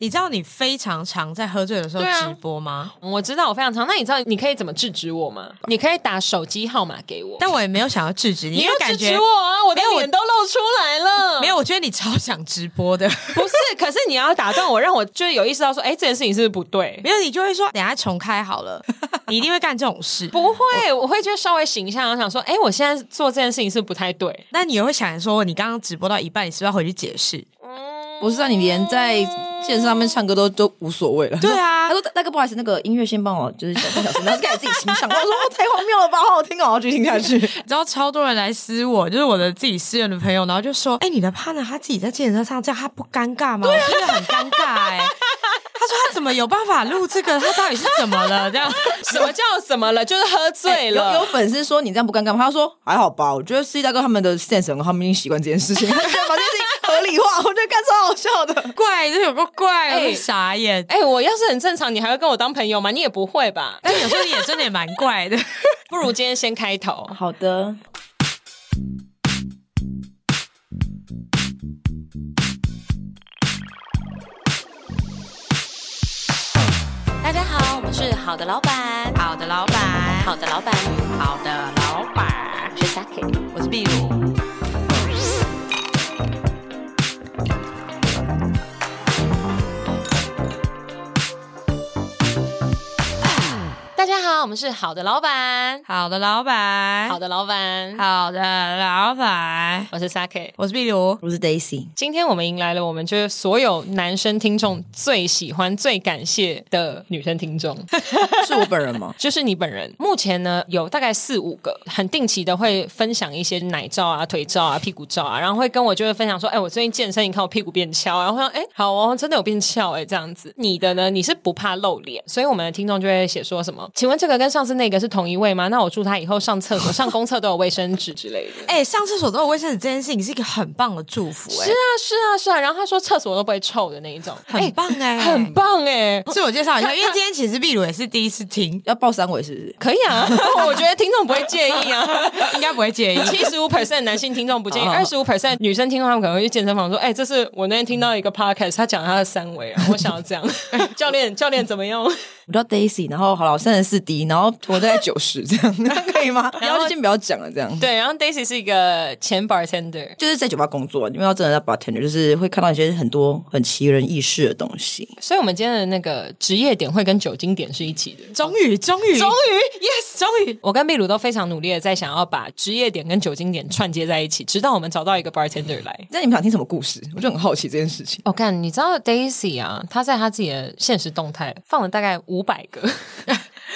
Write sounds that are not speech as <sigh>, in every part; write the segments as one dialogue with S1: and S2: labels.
S1: 你知道你非常常在喝醉的时候
S2: 对啊
S1: 直播吗？
S2: 我知道我非常长，那你知道你可以怎么制止我吗？你可以打手机号码给我，
S1: 但我也没有想要制止你，
S2: 你
S1: 因为
S2: 要
S1: 感
S2: 制
S1: 觉
S2: 止我啊！我的
S1: 没有我
S2: 脸都露出来了，
S1: 没有，我觉得你超想直播的， <laughs>
S2: 不是，可是你要打断我，让我就是有意识到说，哎、这件事情是不是不对？
S1: 没有你就会说等一下重开好了，你一定会干这种事。
S2: 不会，我会觉得稍微醒一下，然后想说，哎、我现在做这件事情是不太 <laughs> 对。
S1: 那你也会想说，你刚刚直播到一半，你是不是要回去解释？
S3: 不是啊，你连在健身上面唱歌都都无所谓了。
S1: 对啊 <laughs>
S3: 他说大哥不好意思，那个音乐先帮我就是小半小时，然后就开始自己欣赏。我说哦，太荒谬了吧，好好听哦，我要继续听下去。
S1: 你知道超多人来私我，就是我的自己私人的朋友，然后就说：“哎、你的 partner 他自己在健身上这样，他不尴尬吗？”
S2: 啊
S1: 我真的很尴尬哎、他说：“他怎么有办法录这个？他到底是怎么了？”这样， <laughs>
S2: 什么叫什么了？就是喝醉了。
S3: 有有粉丝说你这样不尴尬吗？他说还好吧，我觉得司机大哥他们的 sense 很好，他们已经习惯这件事情，他们觉得把这件事情合理化，我觉得干超好笑的。
S1: 怪，这有个怪，
S2: 哎
S1: 我傻眼。 <laughs>
S2: 哎、我要是很正常，你还会跟我当朋友吗？你也不会吧？
S1: 但有时候你也真的也蛮怪的。
S2: 不如今天先开头。
S3: 好的，
S2: 大家好，我们是好的老板，
S1: 好的，老板，
S2: 的老板，
S1: 好的，老板，
S2: 是 Saki。
S1: 我是壁炉。
S2: <laughs> 大家好，我们是好的老板，
S1: 好的，老板，
S2: 哎好的老板，
S1: 好的，老板，
S2: 我是 Saki。
S1: 我是壁炉。
S3: 我是 Daisy，
S2: 今天我们迎来了我们就是所有男生听众最喜欢、最感谢的女生听众，
S3: 是我本人吗？
S2: 就是你本人。目前呢，有大概四五个，很定期的会分享一些奶照啊、腿照啊、屁股照啊，然后会跟我就会分享说，哎、我最近健身，你看我屁股变翘啊，然后我想，哎、好哦，真的有变翘哎、这样子。你的呢，你是不怕露脸，所以我们的听众就会写说什么，请问这个跟上次那个是同一位吗？那我祝他以后上厕所、上公厕都有卫生纸之类的。
S1: <laughs> 哎、上厕所都有卫生纸这件事情是一个很棒的祝福、
S2: 是
S1: 哎，
S2: 啊，是啊，是啊。然后他说厕所都不会臭的那一种，
S1: 很棒哎、
S2: 很棒哎、
S1: 自我介绍一 <laughs> 下，因为今天其实壁炉也是第一次听，
S3: 要报三围是不是？
S2: 可以啊， <laughs> 我觉得听众不会介意啊。
S1: 应该不会 <laughs> 介意。
S2: <laughs> 七十五 percent 男性听众不介意，
S3: 好
S2: 二十五 percent 女生听众他们可能会去健身房说：“哎、这是我那天听到一个 podcast，他讲他的三围 <laughs> 啊，我想要这样。教练，教练怎么用？
S3: 我叫 Daisy，然后好了，我三十四 D，然后我大概九十这样，那可以吗？然
S2: 后
S3: 后就先不要讲了，这样。
S2: <laughs> 对，然后 Daisy 是一个前 bartender，
S3: 就是在酒吧工作，因为要真的在 bartender，就是会看到一些很多很奇人异事的东西。
S2: 所以我们今天的那个职业点会跟酒精点是一起的。
S1: 终于，终于，
S2: 终
S1: 于，
S2: 于，yes。
S1: 终于，
S2: 我跟秘鲁都非常努力的在想要把职业点跟酒精点串接在一起，直到我们找到一个 bartender 来。
S3: 那你们想听什么故事？我就很好奇这件事情。
S2: 我、看你知道 Daisy 啊，她在她自己的现实动态放了大概五百个 <laughs>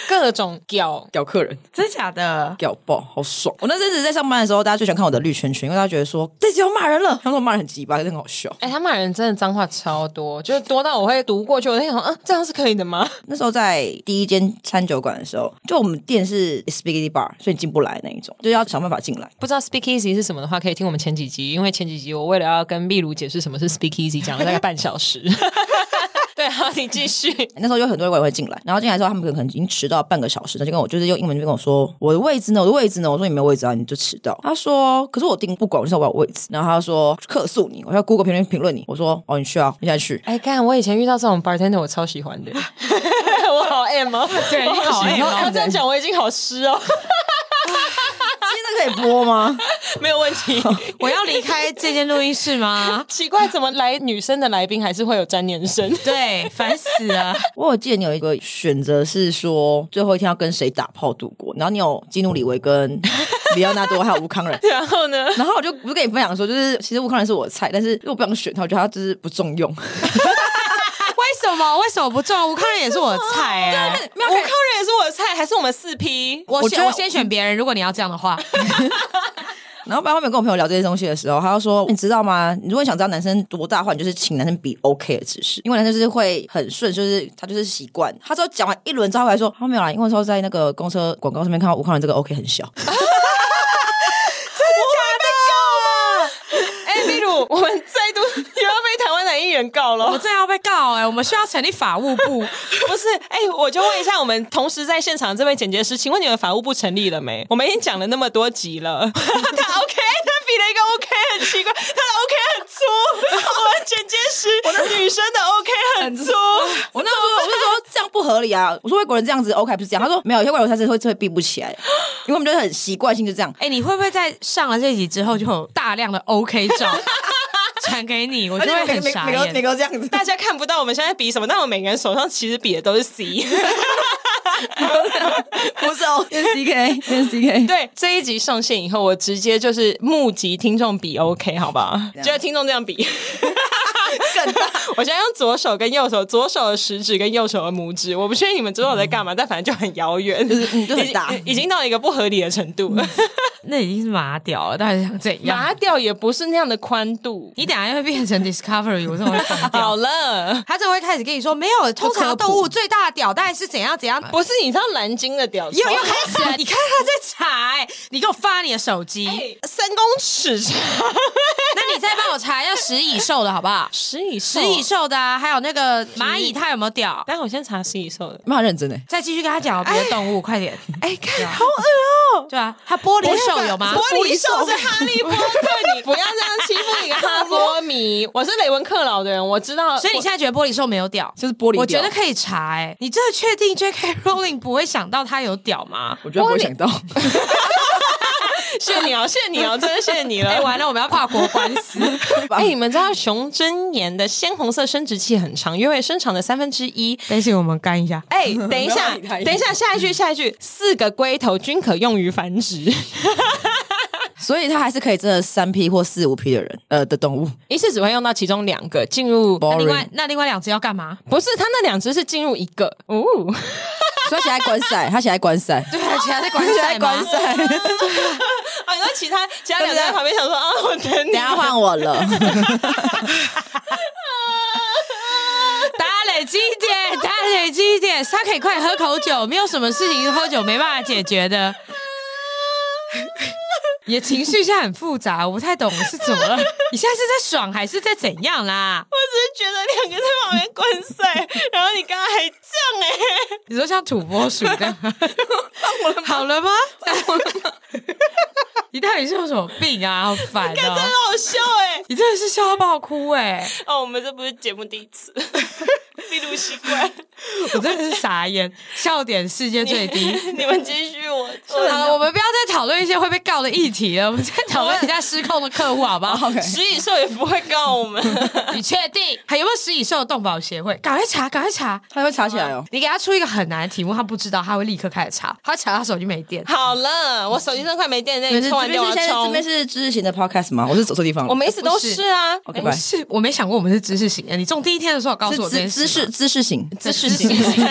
S2: 各种屌，
S3: 屌客人，
S1: 真假的？
S3: 屌爆，好爽！我那阵子在上班的时候，大家最喜欢看我的绿圈圈，因为大家觉得说这集要骂人了，他们说骂人很鸡巴，真的很好笑。
S2: 哎、她骂人真的脏话超多，就是多到我会读过去，我在想，嗯、这样是可以的吗？
S3: 那时候在第一间餐酒馆的时候，就我们店是 spaghetti bar，所以你进不来那一种，就要想办法进来。
S2: 不知道 Speak Easy 是什么的话，可以听我们前几集，因为前几集我为了要跟秘鲁解释什么是 Speak Easy，讲了大概半小时。 <laughs> 对，好，你继续。
S3: 那时候有很多人也会进来，然后进来之后，他们可能已经迟到半个小时，他就跟我就是用英文就跟我说我的位置呢，我的位置呢，我说你没有位置啊，你就迟到。他说可是我订不管，我就说我有位置，然后他说客诉你，我要 Google 评论评论你，我说哦你去啊，你现在去。
S2: 哎，看我以前遇到这种 bartender，我超喜欢的， <laughs> 我好 M 哦，
S1: 对你好 M 哦
S2: 要这样讲我已经好湿哦， <laughs>
S3: 现在可以播吗？ <laughs>
S2: 没有问题。？
S1: 我要离开这间录音室吗
S2: 奇怪，怎么来女生的来宾还是会有沾念声？
S1: <laughs> 对，烦死了！
S3: 我有记得你有一个选择是说最后一天要跟谁打炮度过，然后你有基努里维跟 <laughs> 里奥纳多还有吴康仁。
S2: <laughs> 然后呢？
S3: 然后我就我就跟你分享说，就是其实吴康仁是我的菜，但是因为我不想选他，我觉得他就是不中用。
S1: <laughs> 为什么？为什么不中？吴康仁也是我的菜 <laughs> 哎、
S2: 吴康仁也是我的菜，还是我们四 P？
S1: 我
S3: 我
S1: 先
S3: 觉
S1: <laughs>
S3: 得
S1: 我先选别人，如果你要这样的话，
S3: 然后反正后面跟我朋友聊这些东西的时候，他就说：“你知道吗？你如果想知道男生多大的话，你就是请男生比 OK 的姿势，因为男生就是会很顺，就是他就是习惯。”他之后讲完一轮之后，他还说：“哦他没有啦，因为那时候在那个公车广告上面看到武康人这个 OK 很小。” <laughs>
S2: <laughs> 哎，秘鲁，我们再度又要被台湾男艺人告 <laughs>
S1: 我
S2: 了
S1: 们。真的要被告哎、我们需要成立法务部。
S2: 不是，哎、我就问一下，我们同时在现场这位剪接师，请问你们法务部成立了没？我们已经讲了那么多集了，他 OK，他 <laughs> 比了一个 OK 很奇怪，他 <laughs> 的 OK 很粗，我们剪接师，我的女生的 OK 很 <laughs> 粗，
S3: 我那时候我就说这样不合理啊！我说外国人这样子 OK 不是这样，他说没有，有些外国人他是会会闭不起来，因为我们就是很习惯性就这样。
S1: 哎、你会不会在上了这集之后就有大量的 OK 照 <laughs> 传给你？我
S3: 而
S1: 就
S3: 且
S1: 会
S3: 每
S1: 很
S3: 个每
S1: 傻
S3: 每个每
S1: 眼。
S3: 个这样子，
S2: 大家看不到我们现在比什么，但我每个人手上其实比的都是 C。
S3: 不是 <laughs> 哦，变 CK 变 CK。
S2: 对，这一集上线以后，我直接就是募集听众比 OK，好不好？
S3: 样
S2: 就在听众这样比。
S3: 更大。
S2: <laughs> 我现在用左手跟右手，左手的食指跟右手的拇指，我不确定你们左手在干嘛，但反正就很遥远，
S3: 就是嗯就很大
S2: 已经已经到一个不合理的程度了。
S1: 那已经是麻屌了，到底想怎样？
S2: 麻掉也不是那样的宽度。
S1: 你等一下又会变成 Discovery，我真的会 <laughs> 疯
S2: 好
S1: 掉。
S2: 了，
S1: 他就会开始跟你说，没有，通常动物最大的屌蛋是怎样怎样。不
S2: 不是你知道蓝鲸的屌
S1: 又
S2: 长
S1: 又开始 <laughs> 了，你看他在查、哎你给我发你的手 <laughs> 机，
S2: 三公尺长，
S1: 那你再帮我查一下食蚁兽的好不好？
S2: 十以
S1: 食
S2: 十
S1: 蚁
S2: 以，
S1: 兽的、啊，还有那个蚂蚁，它有没有屌？
S2: 待会我先查十以兽的。
S3: 蛮认真欸的，
S1: 再继续跟他讲哦别的动物，快点。 <laughs> 啊
S2: 哎，看好恶哦。
S1: 对啊，它玻璃兽有吗？
S2: 玻璃兽是哈利波 <laughs> 特，你不要这样欺负你个哈波迷。我是雷文克劳的人，我知道。
S1: 所以你现在觉得玻璃兽没有屌？
S3: 就是玻璃。
S1: 我觉得，可以查哎、你真的确定 J.K. Rowling 不会想到他有屌吗？
S3: 我觉得不会想到，
S2: 谢谢你哦，谢谢你哦，真的谢谢你 <laughs>
S1: 哎、
S2: 了。
S1: 完了，我们要跨国官
S3: <laughs>
S1: 司。
S2: 哎，你们知道熊真言的鲜红色生殖器很长，约为身长的三分之一。
S1: 等一下，我们干一下。
S2: 哎、 <laughs> 等一下，
S3: 不要理他
S2: 等一下，下一句，下一句，四个龟头均可用于繁殖，
S3: 所以他还是可以真的三 P 或四五 P 的人，呃的动物。
S2: 一次只会用到其中两个，进入
S1: 那另外
S3: Boring，
S1: 那另外两只要干嘛？
S2: 不是它那两只是进入一个哦，
S3: 所以他写在观赛，他写在观赛，
S1: 对啊，其他在
S3: 他
S1: 管
S3: 写
S1: 赛
S3: 在观
S1: 吗？
S3: 赛。
S2: 啊，然后其他其他两只在旁边想说啊，我等
S3: 等
S2: 你
S3: 一。下换我了，
S1: 大家累积一点，大家累积一点，他可以快喝口酒，没有什么事情是喝酒没办法解决的。你的情绪现在很复杂，我不太懂是怎么了。你现在是在爽还是在怎样啦？
S2: 我只是觉得两个在旁边观赛，然后你刚刚还这样哎、
S1: 你说像土拨鼠这样， <laughs> 好了吗？你到底是有什么病啊？好烦哦！
S2: 很好笑哎、
S1: 你真的是笑到爆哭哎、
S2: 哦，我们这不是节目第一 <laughs> 次，密录习惯。 <laughs>
S1: 我真的是傻眼，笑点世界最低。
S2: 你们继续我，我
S1: <laughs> 好了，我们不要再讨论一些会被告的议题了，我们再讨论一下失控的客户好不好？
S2: 食蚁兽也不会告我 <laughs> 们。
S1: 你确定还有没有食蚁兽的动保协会？赶快查，赶快查！
S3: 他会查起来哦。
S1: 你给他出一个很难的题目，他不知道，他会立刻开始查。他查他手机没电，
S2: 好了，我手机真快没电，那你
S3: 这边是
S2: 充
S3: 这
S2: 完电
S3: 边
S2: 我要
S3: 是现在这
S2: 充
S3: 边。是知识型的 podcast 吗？我是走错地方了。
S2: 我们一直都
S1: 不是
S2: 是啊，
S3: OK
S1: 我
S3: 拜，
S1: 是我没想过我们是知识型的。你从第一天的时候告诉
S3: 是
S1: 我这
S3: 知
S1: 件
S3: 知
S1: 事
S3: 识
S1: 吗，
S3: 知识型，
S2: 姿势 <laughs> 型，哦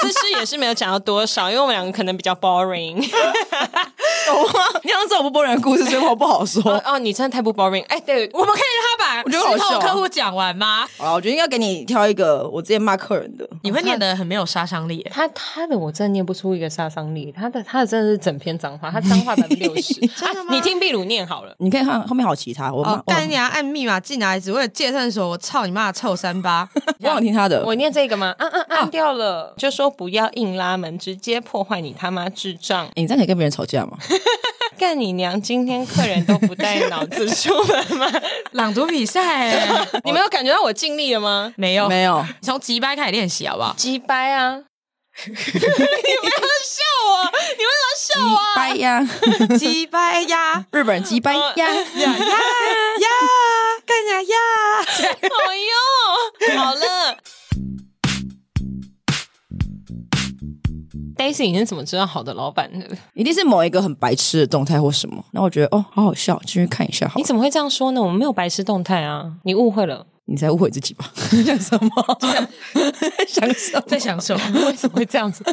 S2: 姿势也是没有讲到多少，因为我们两个可能比较 <laughs> boring。
S3: 懂吗？你想知道我不播人的故事，所以我不好说。
S2: 哦哦，你真的太不 boring。哎，对，
S1: 我们可以让他把
S3: 觉得好
S1: 失控
S3: 笑啊
S1: 客户讲完吗？
S3: 啊，我觉得应该给你挑一个我之前骂客人的。
S1: 你会念得很没有杀伤力耶。
S2: 他他的我真的念不出一个杀伤力，他的他的真的是整篇脏话，他脏话百分之六
S1: <laughs>
S2: 十。啊你听秘鲁念好了，
S3: 你可以看后面还有其他，我骂
S1: 哦，干
S3: 我
S1: 你娘！按密码进来，只为了借厕所，我操你妈的臭三八！
S3: 忘了听他的。
S2: 我念这个吗？按
S1: 啊
S2: 按按掉了，就说不要硬拉门，直接破坏你他妈智障！
S3: 欸你这样可以跟别人吵架吗？
S2: 干你娘！今天客人都不带脑子出门吗？
S1: <laughs>
S2: <laughs>
S1: 朗读比赛 <laughs> 耶
S2: 你们有感觉到我尽力了吗？
S1: 没有？
S3: 没有，
S1: 你从急掰开始练习好不好？
S2: 鸡掰啊！ <laughs> 你不要笑我，你为什么要笑我？
S3: 掰呀，
S1: 鸡掰呀
S3: 日本人鸡掰呀，
S1: 呀呀呀，干呀呀！
S2: 哎呦，好了。Daisy，你是怎么知道好的老板的？
S3: 一定是某一个很白痴的动态或什么。那我觉得哦，好好笑，进去看一下好
S2: 你
S3: 了。
S2: 怎么会这样说呢？我们没有白痴动态啊，你误会了。
S3: 你在误会自己吧？想什么？想什么？
S1: 在想什么？
S2: 为什么会这样子？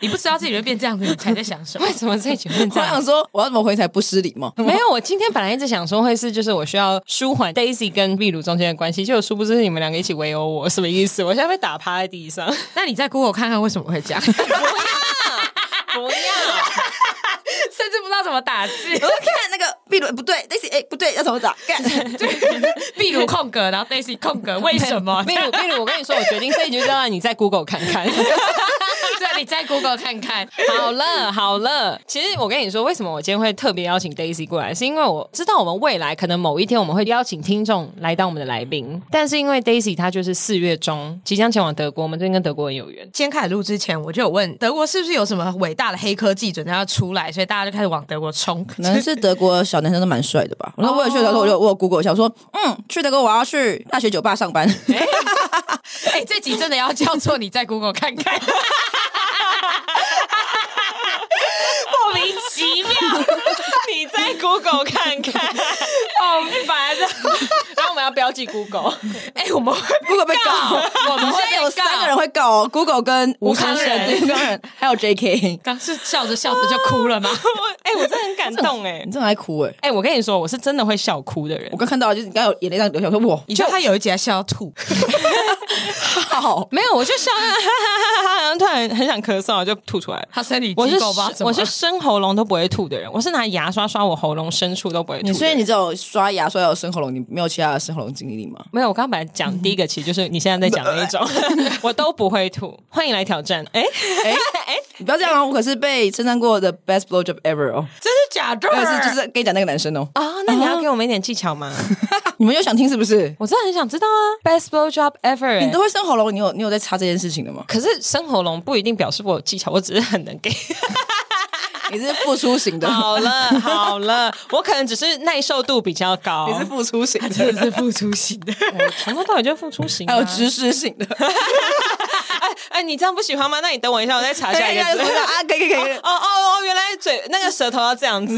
S1: 你不知道自己会变这样子，你才在想什么
S2: <laughs> 为？什么这一局会
S3: 我
S2: 这样
S3: 想？说，我要怎么回才不失礼貌？
S2: 没有，我今天本来一直想说会是，就是我需要舒缓 Daisy 跟秘鲁中间的关系，结果殊不知你们两个一起围殴我，什么意思？我现在被打趴在地上，
S1: <laughs> 那你再 Google 看看为什么会 <laughs> 这样，甚
S2: 不
S1: <laughs>
S2: 要！
S1: 至不知道怎么打字，
S3: <laughs> 我看那个壁炉，不对，Daisy，哎，不对，要怎么打？ <laughs> 干，
S1: <laughs> 壁炉空格，然后 Daisy 空格，为什 <laughs> 么？
S2: 秘鲁，秘鲁，我跟你说，我决定这一局就让你在 Google 看看。
S1: 对，你再 Google 看看。
S2: 好了好了，其实我跟你说，为什么我今天会特别邀请 Daisy 过来，是因为我知道我们未来可能某一天我们会邀请听众来当我们的来宾，但是因为 Daisy 她就是四月中即将前往德国，我们最近跟德国人有缘。
S1: 今天开始录之前，我就有问德国是不是有什么伟大的黑科技准备要出来，所以大家就开始往德国冲。 <laughs>
S3: 可能是德国小男生都蛮帅的吧。然后我也去德国，我就我有 Google 一下，我说，嗯，去德国我要去大学酒吧上 <laughs> 班。
S1: 哎、这集真的要叫做你在 Google 看看， <laughs> 莫名其妙，
S2: 你在 Google 看看，
S1: 好烦啊！
S2: 然后我们要标记 Google。
S1: 哎、我们会
S3: Google 被告，
S1: 我们
S3: 现
S1: 会
S3: 在有
S1: 被
S3: 三个
S1: 告。
S3: 人会告哦，Google 跟吴
S1: 康
S3: 康仁、
S1: 仁
S3: 吴康仁还有 JK。
S1: 刚是笑着笑着就哭 <laughs> 了吗？
S2: 哎、我真的很感动哎、
S3: 你真的爱哭哎！
S2: 哎、我跟你说，我是真的会笑哭的人
S3: 我。刚看到，就是你刚刚有眼泪这样流下，我说哇，
S1: 你知道他有一集还笑到吐，
S3: 好，
S2: 没有，我就笑，哈哈哈哈然后突然很想咳嗽，我就吐出来了。
S1: 他身体
S2: 我是
S1: 机构吧？
S2: 我是生喉咙都不会吐的人，我是拿牙刷刷我喉咙深处都不会吐的
S3: 你
S2: 人。
S3: 所以你只有刷牙刷到生喉咙，你没有其他的生喉咙经历吗？
S2: 没有，我刚刚本来讲第一个，其实就是你现在在讲那 <laughs> 一种，我都不会吐。欢迎来挑战，哎、
S3: 你不要这样哦，我可是被称赞过的 best blow job ever 哦，
S1: 真是假啊的？
S3: 但是就是跟你讲那个男生哦， <laughs>
S2: 啊、那你要给我们一点技巧吗？
S3: 你们又想听是不是？
S2: 啊我真的很想知道啊，best blow job ever 哎、？
S3: 你都会生喉咙，你有你有在查这件事情的吗
S2: 可是生喉咙不一定表示我有技巧，我只是很能给。
S3: 你是付出型的，
S2: 好了好了，我可能只是耐受度比较高，
S3: <laughs> 你是付出型
S1: 真
S3: 的，
S1: 的是付出型 <laughs> 的。
S2: 从头到尾就付出型、啊。
S3: <laughs> 还有
S2: <laughs>
S3: 知识型的。
S2: 哎哎，你这样不喜欢吗？那你等我一下，我再查一下
S3: <laughs> 哎
S2: 一个
S3: 呀，
S2: 字。
S3: 啊，可以可以可以。
S2: 哦哦哦，原来嘴那个舌头要这样子。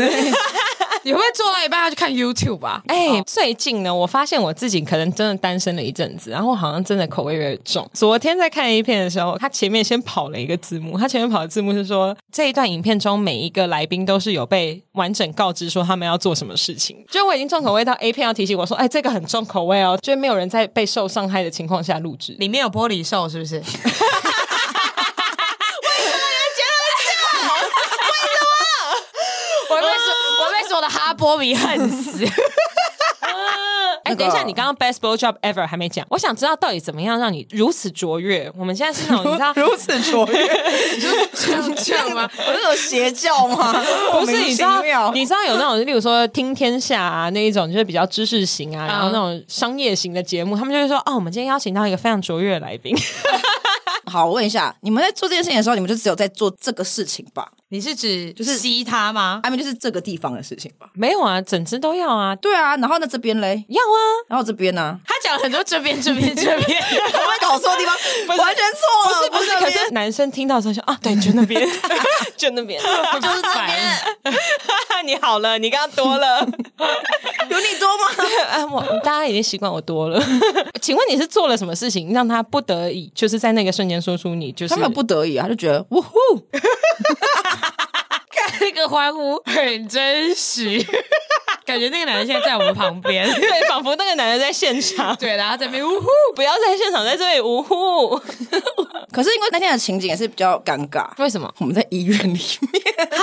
S1: 你会不会做到一半要去看 YouTube 啊吧？
S2: 哎、最近呢，我发现我自己可能真的单身了一阵子，然后好像真的口味越来越重。昨天在看一片的时候，他前面先跑了一个字幕，他前面跑的字幕是说这一段影片中每一个来宾都是有被完整告知说他们要做什么事情。就我已经重口味到 A 片要提醒我说，哎、这个很重口味哦，就是没有人在被受伤害的情况下录制。
S1: 里面有玻璃兽 <laughs> 是不是？我被说，我被说我的哈波米恨死。
S2: 哎、
S3: 那个。
S2: 等一下，你刚刚 best blow job ever 还没讲，我想知道到底怎么样让你如此卓越。我们现在是 <laughs> 那种你知道
S3: 如此卓越，
S1: 这样这样
S3: <laughs>
S1: 吗？
S3: 我是有邪教吗？
S2: 不是你知道
S3: 莫名其妙，
S2: 你知道有那种，例如说听天下啊那一种，就是比较知识型啊，然后
S1: 嗯
S2: 那种商业型的节目，他们就会说，哦，我们今天邀请到一个非常卓越的来宾， <laughs>
S3: 好，我问一下，你们在做这件事情的时候，你们就只有在做这个事情吧？
S1: 你是指 <laughs> 就是吸他吗？
S3: 外面就是这个地方的事情吧？
S2: 没有啊，整只都要啊，
S3: 对啊，然后呢这边嘞，
S2: 要啊，
S3: 然后这边呢、
S1: 他讲了很多这边这边这边，
S3: 啊，我会搞错 <laughs> 地方，完全错了，
S2: 哦不是，
S3: 这
S2: 可
S3: 边
S2: 是男生听到之后说，啊，对，就那边， <laughs> 就那边，
S1: 就是烦。
S2: <laughs> 你好了，你刚刚多了，
S3: 有你多吗？
S2: <laughs> 啊，我大家已经习惯我多了。 <laughs> 请问你是做了什么事情让他不得已，就是在那个瞬间说出你就是
S3: 他没有不得已啊，他就觉得呜呼，
S1: 那个欢呼 <laughs> 很真实，感觉那个男人现在在我们旁边。
S2: <laughs> 对，仿佛那个男的在现 <laughs> 场，
S1: <laughs> 对，然后在那边呜呼，
S2: 不要在现场在这里呜呼。
S3: 可是因为那天的情景也是比较尴尬，
S2: 为什么？
S3: 我们在医院里面。 <laughs>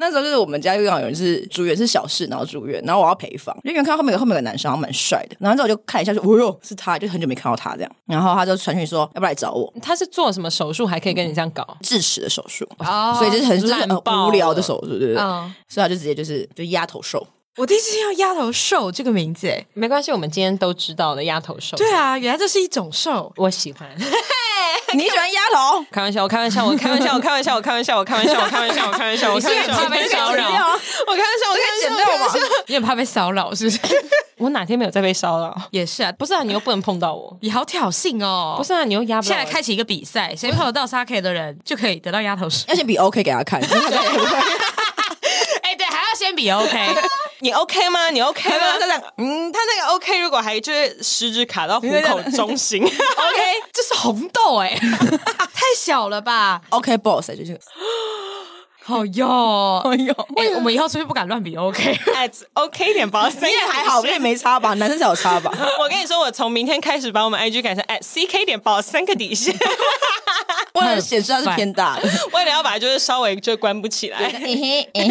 S3: 那时候就是我们家刚好有人是住院，是小事，然后住院，然后我要陪房，就远远看到后面有后面有个男生，然后蛮帅的，然后之后我就看一下说，哦哟，是他，就很久没看到他这样，然后他就传讯说要不要来找我
S2: 他是做什么手术还可以跟你这样搞？
S3: 智齿的手术，
S1: 哦
S3: 所以就是很就是
S2: 烂
S3: 很
S2: 爆了
S3: 无聊的手术，对不对？
S1: 嗯
S3: 所以他就直接就是就丫头瘦，
S1: 我第一次听到丫头兽这个名字，哎，
S2: 没关系，我们今天都知道了，丫头兽。
S1: 对啊，原来这是一种兽。
S2: 我喜欢，
S3: <laughs> 你喜欢丫头？
S2: 开玩笑，我开玩笑，我开玩笑，我开玩笑，我开玩笑，我开玩笑，我开玩笑，我开玩笑，我
S1: 你是
S2: 开玩笑，
S1: 不是很
S2: <laughs>
S1: 怕被骚扰
S2: 我开玩
S3: <laughs>
S2: 笑，我开玩笑，我开
S3: 剪掉
S2: 玩
S3: 吧
S2: 笑，。
S1: <laughs> 你很怕被骚扰是不是？
S2: 我哪天没有再被骚扰？
S1: <laughs> 也是啊，
S2: 不是啊，你又不能碰到我。
S1: 你好挑衅哦！
S2: 不是啊，你又压不
S1: 现
S2: 了
S1: 在
S2: 我。
S1: 开启一个比赛，谁碰得到 Sake 的人就可以得到
S2: <laughs>
S1: 丫头兽。
S3: 要先比 OK 给他看，因为他在
S1: <laughs> 哎，对，还要先比 OK，
S2: 你 OK 吗？你 OK
S3: 没有没
S2: 吗？
S3: 有他这样
S2: 嗯，他那个 OK 如果还就是食指卡到虎口中心，OK，
S1: <laughs> 这是红豆
S2: <laughs>
S1: 哎、太小了吧？
S3: OK boss，就是
S1: 好哟，
S2: 哦
S3: 哎呦，
S1: 哎、我们以后出去不敢乱比
S2: <laughs>
S1: OK。
S2: 哎 OK 点吧，你
S3: 你也还好，你也没差吧？男生才有差吧？
S2: <laughs> 我跟你说，我从明天开始把我们 IG 改成 at CK 点 b 三个底线，
S3: 为了显示他是偏大的。哎
S2: 为了要把就是稍微就关不起
S3: <laughs>
S2: 来。 <laughs>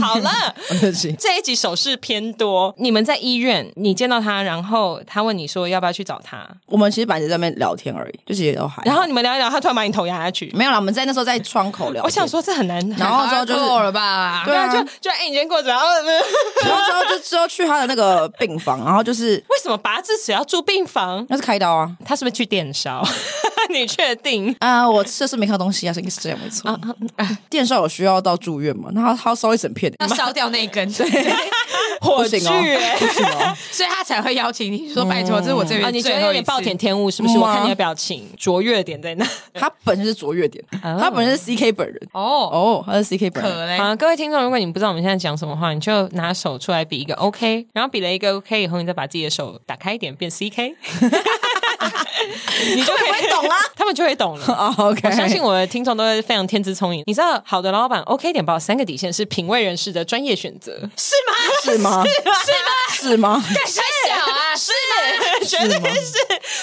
S2: 好了，
S3: 对不起
S2: 这一集手势偏多。你们在医院，你见到他，然后他问你说要不要去找他，
S3: 我们其实本来就在那边聊天而已，就其实也都还好。
S2: 然后你们聊一聊，他突然把你头压下去。
S3: 没有啦，我们在那时候在窗口聊天。
S2: 我想说这很难，
S3: 然后之后就是
S1: 够了吧？
S2: <laughs>
S3: 对啊
S2: 就就哎、你今天过得怎么样？ <laughs>
S3: 然后之后就之后去他的那个病房，然后就是
S2: 为什么拔智齿要住病房？
S3: 那是开刀啊。
S2: 他是不是去电烧？ <laughs> 你确定？
S3: 啊、我吃的是没看到东西啊，所以应该是这样没错。电烧有需要到住院吗？那他他烧一整片，
S1: 要烧掉那一根，
S3: 不行哦，
S2: 剧
S3: <laughs>
S2: 欸
S3: 不行哦。
S1: <laughs> 所以他才会邀请你说：“拜托，这是我这
S2: 啊，
S1: 边
S2: 你觉
S1: 最
S2: 得
S1: 后
S2: 有
S1: 一
S2: 点
S1: 次。
S2: 暴殄天物是不是？
S3: 嗯
S2: 我
S3: 啊
S2: 看你的表情，卓越的点在哪？
S3: 他本身是卓越点，他本身是 CK 本人
S1: 哦，
S3: 哦，他是 CK 本人。
S1: 可嘞，
S2: 好，各位听众，如果你不知道我们现在讲什么话，你就拿手出来比一个 OK，然后比了一个 OK 以后，你再把自己的手打开一点，变 CK，你就可以懂啊， <laughs> 他们就会懂
S1: <laughs>
S2: 了。
S3: 啊、o k
S2: 我相信我的听众都会非常天资聪颖。你知道，好的老板 OK 点报三个底线是品味人士的专业选择，
S1: 是吗？
S3: <laughs> 是吗？ <laughs> 是吗？是吗？
S1: 太小啊，是
S2: 绝对 <laughs> 是。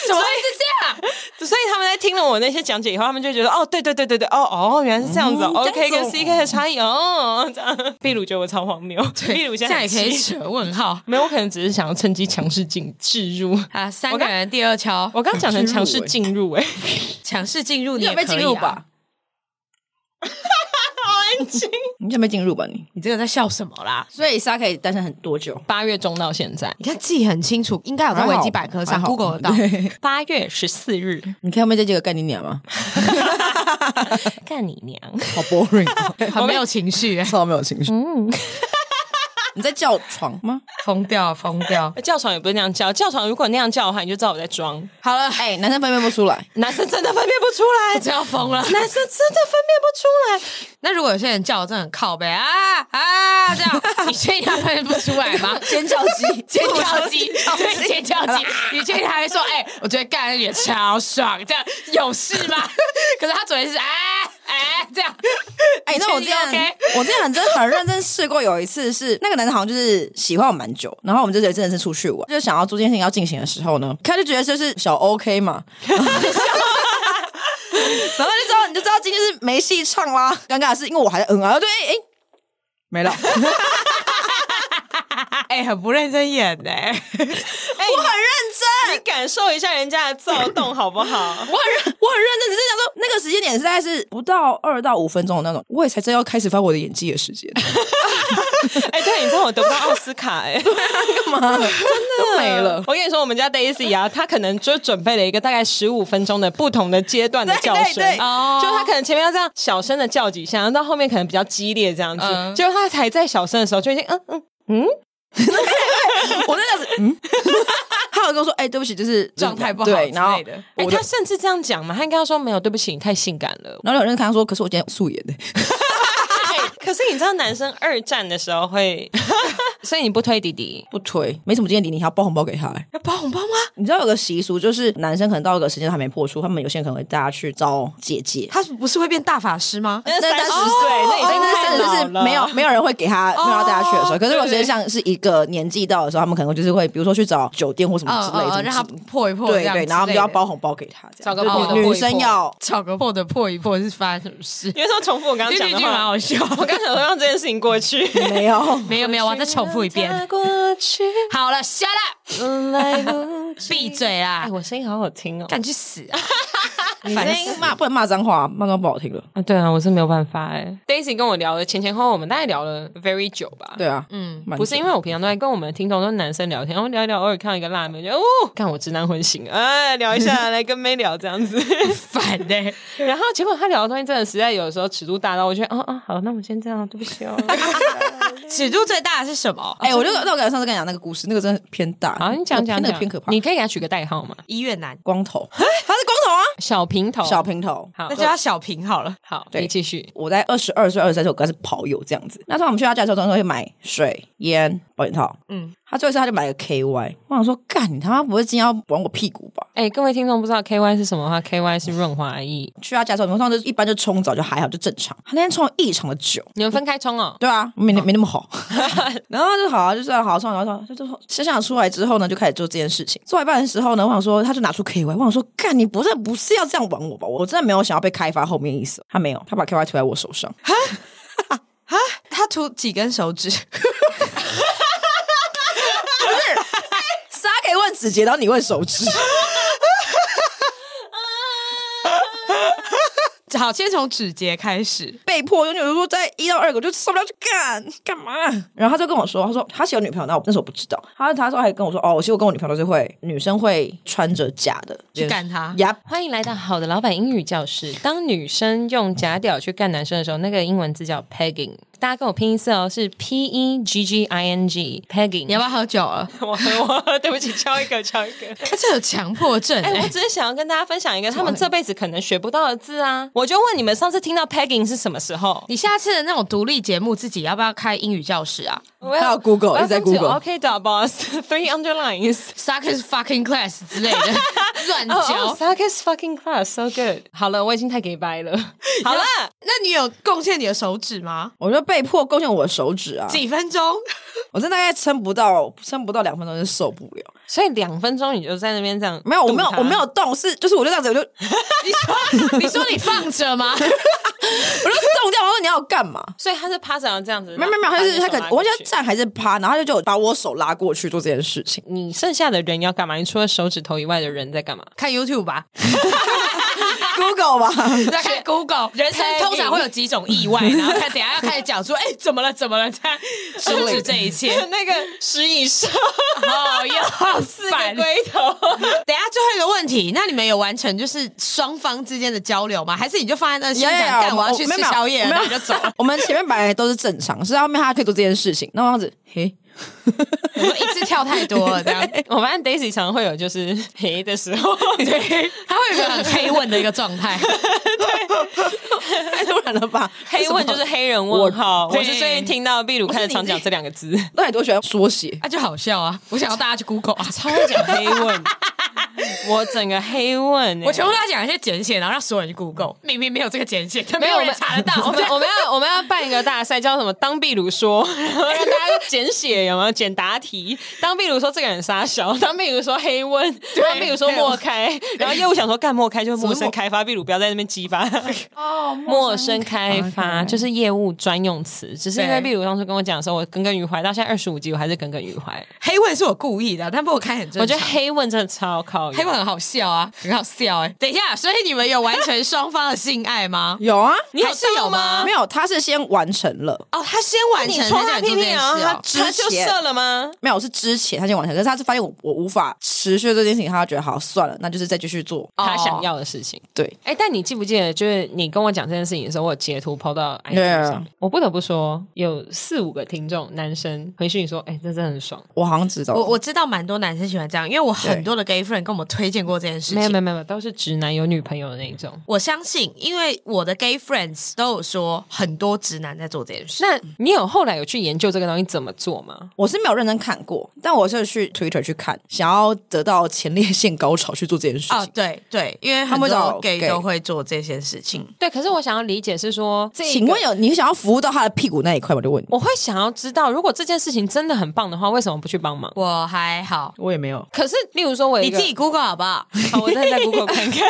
S1: 怎么会是这样？
S2: 所以 <laughs> 他们在听了我那些讲解以后，他们就觉得哦，对对对对对，哦哦，原来是这样子、哦
S1: 嗯
S2: OK 跟 CK 的差异哦。这样，秘鲁觉得我超荒谬，秘鲁
S1: 这样
S2: 现在
S1: 也
S2: 很
S1: 可以
S2: 气
S1: 扯问号
S2: 没有，我可能只是想要趁机强势进置入。
S1: 啊！三
S2: 我
S1: 个
S2: 刚
S1: 人第二敲，
S2: 我刚讲成强势进入、欸，哎，
S1: 强势进入，
S3: 你
S1: 你
S3: 有
S1: 也
S3: 被
S1: 可以
S3: 进入
S1: 啊
S3: 吧？？
S2: 安静。
S3: <laughs> 你有没进入吧你？
S1: 你这个在笑什么啦？
S3: 所以莎可以单身很多久？
S2: 八月中到现在，
S1: 你看记很清楚，应该有在维基百科上
S3: 还好
S1: Google 得到。
S2: <laughs> 八月十四日，
S3: 你看后面这几个概念啊点吗？
S2: <laughs> 干你娘！
S3: 好 boring，哦
S1: 很没有情绪、欸，
S3: <laughs> 超没有情绪。你在叫床吗？
S1: 疯掉，疯掉。
S2: 叫床也不是那样叫，叫床如果那样叫的话，你就知道我在装。
S3: 好了，哎、男生分辨不
S2: <laughs>
S3: 出来，
S2: 男生真的分辨不出
S1: 我
S2: <laughs> 来，
S1: 真要疯了！
S2: 男生真的分辨不出来。
S1: 那如果有些人叫我真的很靠背啊啊这
S2: <laughs>
S1: 样，你确定他分辨不出来吗？
S3: 尖叫鸡，尖
S1: 尖叫鸡，对，尖叫
S2: <laughs> 啊
S1: 鸡，你确定 <laughs> 他会说？哎、我觉得干的也超爽，这样有事吗？ <laughs> 可是他昨天是哎哎这样，
S3: 哎、那我之
S1: 确
S3: 前
S1: 定 OK？
S3: 我之前很真很认真试过，有一次是那个男的好像就是喜欢我蛮久，然后我们就觉得真的是出去玩，就想要做这件事情要进行的时候呢，他就觉得就是小 OK 嘛。 <laughs> 然后就知道，你就知道今天是没戏唱啦。尴尬的是，因为我还在嗯啊，对，哎、没了。我很认
S1: 哎、很不认真演呢、
S2: 哎、
S3: 真，
S2: 你感受一下人家的躁动好不好？
S3: 我很认， <laughs> 我很认真，只是想说那个时间点是大概是不到二到五分钟的那种，我也才真要开始发我的演技的时
S1: <laughs>
S3: 间。
S2: <laughs> 哎、对，你知道我得不到奥斯卡 <laughs> 哎、
S3: 干嘛？真的没了。
S2: 我跟你说，我们家 Daisy 啊，她可能就准备了一个大概十五分钟的不同的阶段的叫声，
S3: 对对对
S1: 哦
S2: 就她可能前面要这样小声的叫几下，然后到后面可能比较激烈这样子，
S1: 嗯
S2: 结果她才在小声的时候就已经嗯嗯。
S3: 我那阵子，嗯， <laughs> 他有跟我说，哎、对不起，就是
S1: 状态不好
S3: 对，
S1: 之
S3: 然后
S1: 类的
S2: 哎、
S3: 我就
S2: 她甚至这样讲嘛，她应该要说没有，对不起，你太性感了。
S3: 然后有人跟他说，可是我今天有素颜的，
S2: <laughs> 哎可是你知道男生二战的时候会，所以你不推弟弟，
S3: 不推，没什么经验底，你还要包红包给他、哎
S1: 要包红包吗？
S3: 你知道有个习俗，就是男生可能到一个时间都还没破处，他们有些人可能会带他去招姐姐。
S1: 他不是会变大法师吗？
S2: 那
S3: 但
S2: 三
S3: 但
S2: 十
S3: 是
S2: 岁，
S3: 哦
S2: 那已经
S3: 但
S2: 太
S3: 是
S2: 老
S3: 就是
S2: 了，哦
S3: 没有没有人会给他没有要带他去的时候。可是有些像是一个年纪到的时候，他们可能就是会，比如说去找酒店或什么之类
S1: 哦
S3: 的，
S1: 让他破一破，
S3: 对对，然后他们就要包，红包给他，这
S2: 找
S3: 样
S2: 个破
S3: 就是
S2: 的破
S3: 女女
S2: 一破
S3: 生
S2: <laughs>
S3: 要
S1: 找个破的破一破是发生什么事？
S2: 因为说重复我刚刚讲的
S1: 蛮
S2: 话，
S1: 好笑。
S2: 我刚想说让这件事情过去。
S3: 没有
S1: 没有没有，我再重复一遍。
S2: 过去
S1: 好了，shut up，
S2: 来不及。
S1: 闭嘴啦
S2: <laughs> 哎，！我声音好好听哦！
S1: 敢去死啊！
S3: 你
S1: 烦
S3: 声音骂不能骂脏话，骂脏话不好听了。
S2: 啊，对啊，我是没有办法哎。Daisy 跟我聊的前前后后，我们大概聊了 very 久吧。
S3: 对啊，
S1: 嗯，
S3: 蛮
S2: 不是
S3: 久
S2: 因为我平常都在跟我们的听众都是男生聊天，然后聊一聊，偶尔看到一个辣妹，就哦，看我直男魂醒，哎，聊一下来跟妹聊这样 <laughs> 子。
S1: 烦的、
S2: 然后结果他聊的东西真的实在有时候尺度大到，我觉得哦哦好，那我们先这样，对不 <laughs> 起哦。
S1: 尺度最大的是什么？
S3: 哎、我就那我感觉上次跟你讲那个故事，那个真的偏大。
S2: 哦好，你讲讲
S3: 那个
S2: 讲
S3: 偏可，怕。
S2: 你可以给他取个代号嘛？
S3: <laughs>
S1: 医院男
S3: 光头，他是光头啊，
S2: 小平头，
S3: 小平头。
S2: 好，
S1: 那叫他小平好了。
S2: 好，
S3: 对
S2: 你继续。
S3: 我在二十二岁、二十三岁，我跟他是跑友这样子。那时候我们去他家的时候，通常会买水、烟、保险套。
S1: 嗯，
S3: 他最后一次他就买了 KY，我想说，干你他妈不会今天要玩我屁股吧？
S2: 哎、各位听众不知道 K Y 是什么的话，K Y 是润滑液。
S3: 去他家的时候，我们通常就一般就冲澡就还好，就正常。他那天冲了异常的久，
S2: 你们分开冲哦，
S3: 对啊，没那没那么 <laughs> 好。然后就好、啊，就是好好上，然后就就想想出来之后呢，就开始做这件事情。做到一半的时候呢，我想说，他就拿出 KY，我想说，干你不是不是要这样玩我吧？我真的没有想要被开发后面意思。他没有，他把 KY 推在我手上，
S1: 哈，他涂几根手指？ <laughs>
S3: 啥可以问指节，然后你问手指，
S1: 好，先从指节开始。
S3: <laughs> 被迫拥有说在一到二个我就受不了，就干干嘛？然后他就跟我说，他说他是有女朋友，那我那时候不知道。他他说还跟我说，哦，其实我跟我女朋友都是会女生会穿着假的
S1: 去干他
S3: 呀。
S2: 欢迎来到好的老板英语教室。当女生用假屌去干男生的时候，那个英文字叫 pegging。大家跟我拼一次哦，是 P E G G I N G pegging。
S1: 你要不要喝酒啊？
S2: 我我 <laughs> 对不起，敲一个敲一个。
S1: 他这有强迫症、
S2: 哎、
S1: 哎、
S2: 我只是想要跟大家分享一 <laughs> 个他们这辈子可能学不到的字啊！我就问你们上次听到 pegging 是什么时候？
S1: 你下次的那种独立节目，自己要不要开英语教室啊
S2: 我
S3: 还有 Google，一直在 Google
S2: OK, da boss, <laughs> three underlines.
S1: ？Suck his fucking class 之类 <laughs> 的，乱
S2: 哦
S1: 教。
S2: 哦 Sarkis fucking class, so good. 好了，我已经太给掰了。 <laughs> 好了，
S1: 那你有贡献你的手指吗？
S3: 我就被迫贡献我的手指啊！
S1: 几分钟？
S3: 我真的大概撑不到，撑不到两分钟就受不了。
S2: 所以两分钟你就在那边这样，
S3: 没有，我没有，我没。有动，是就是我就这样子，我就 <laughs> 我
S1: 你
S3: 就是
S1: 说你放着吗？
S3: 动掉。我说你要我干嘛？
S2: 所以他是趴着然后这样子，
S3: 没有没有没有，他就是他可
S2: 把你手拉过
S3: 能我忘记
S2: 去
S3: 他站还是趴，然后他就叫我把我手拉过去做这件事情。
S2: 你剩下的人要干嘛？你除了手指头以外的人在干 <laughs> 嘛？
S1: 看 YouTube 吧，
S3: <laughs> Google 吧，
S1: 再看 Google。人生通常会有几种 <laughs> 意外，然后看等一下要开始讲说，哎、怎么了？怎么了？ <laughs> 他阻止这一 <laughs> 切。
S2: 那 <laughs> 个食蚁兽，
S1: 哦，又好烦。
S2: 龟头。 <laughs>
S1: 等一下最后一个问题，那你们有完成就是双方之间的交流吗？还是你就放在那心想，
S3: 有有
S1: 干
S3: 有
S1: 我要去吃宵夜，然后你就
S3: <laughs>
S1: 走了？。
S3: 我们没有没有我们前面本来都是正常，是后面他可以做这件事情，那我这样子，嘿， <laughs>
S1: 我们一次跳太多了，这样。
S2: 哎我发现 Daisy 常会有就是陪的时候，对，
S1: <laughs> 他会有一个很黑问的一个状 <laughs> 态，
S3: 太突然了吧？
S2: <laughs> 黑 <laughs> 问就是黑人问号。
S1: 我
S2: 我是最近听到壁鲁开始常讲这两个字，
S3: 到底多喜欢缩写？？
S1: 那、就好笑啊！我想要大家去 Google 啊，
S2: 超会讲黑问。 <laughs> 我整个黑问、欸，
S1: 我全部都要讲一些简写，然后让所有人去 Google。明明没有这个简写，但没有人查得到。
S2: <laughs> 我们我们要我们要办一个大赛，叫什么？当壁如说， <laughs> 然后让大家简写有没有？简答题。当壁如说这个人傻小，当壁如说黑问，当壁如说莫开，然后业务想说干莫开就是陌生开发，壁如不要在那边
S1: <laughs>
S2: 激发。 <laughs> 哦，陌生开发就是业务专用词，只是因
S1: 对
S2: 为壁如当初跟我讲的时候，我耿耿于怀，到现在二十五集我还是耿耿于怀。
S1: 黑问是我故意的，但不过我开很正常。
S2: 我觉得黑问真的超靠
S1: 黑
S2: 厌。
S1: 问很好笑啊，很好笑哎、等一下，所以你们有完成双方的性爱吗
S3: 有啊，
S2: 你有
S1: 还是
S2: 到
S1: 有吗
S2: 吗
S3: 没？有，他是先完成了。
S1: <laughs> 哦，他先完
S2: 你
S1: 成，
S2: 戳
S1: 才
S2: 他
S1: 想
S2: 屁
S1: 做这
S2: 屁
S1: 件
S2: 然后
S1: 事
S2: 他
S1: 哦。
S2: 他就
S3: 之前
S2: 射了吗？
S3: 没有，是之前他先完成，可是他是发现我我无法持续这件事情，他觉得好算了，那就是再继续做。
S1: 哦
S2: 他想要的事情。
S3: 对，
S2: 哎、但你记不记得，就是你跟我讲这件事情的时候，我有截图抛到 IG 上
S3: Yeah
S2: 我不得不说，有四五个听众男生回讯说，哎、这真的很爽。
S3: 我好像知道，
S1: 我我知道蛮多男生喜欢这样，因为我很多的 gay friend 跟我们推荐过这件事
S2: 没有
S1: 情
S2: 没。有没有，都是直男有女朋友的那一种。
S1: 我相信，因为我的 gay friends 都有说很多直男在做这件事。
S2: 那你有后来有去研究这个东西怎么做吗？
S3: 我是没有认真看过，但我是去 Twitter 去看，想要得到前列腺高潮去做这件事情。
S1: 哦，对对，因为
S3: 他
S1: 很
S3: 们会
S1: 多
S3: 找
S1: gay
S3: gay
S1: 都会做这些事情。
S2: 对，可是我想要理解是说，这
S3: 请问
S2: 有
S3: 有你想要服务到他的屁股那一块吗？我就问你，
S2: 我会想要知道，如果这件事情真的很棒的话，为什么不去帮忙？
S1: 我还好，
S3: 我也没有。
S2: 可是，例如说，我有一
S1: 你
S2: 个
S1: 自己 Google 好不 <laughs> 好？
S2: 好，我再在 Google 看看。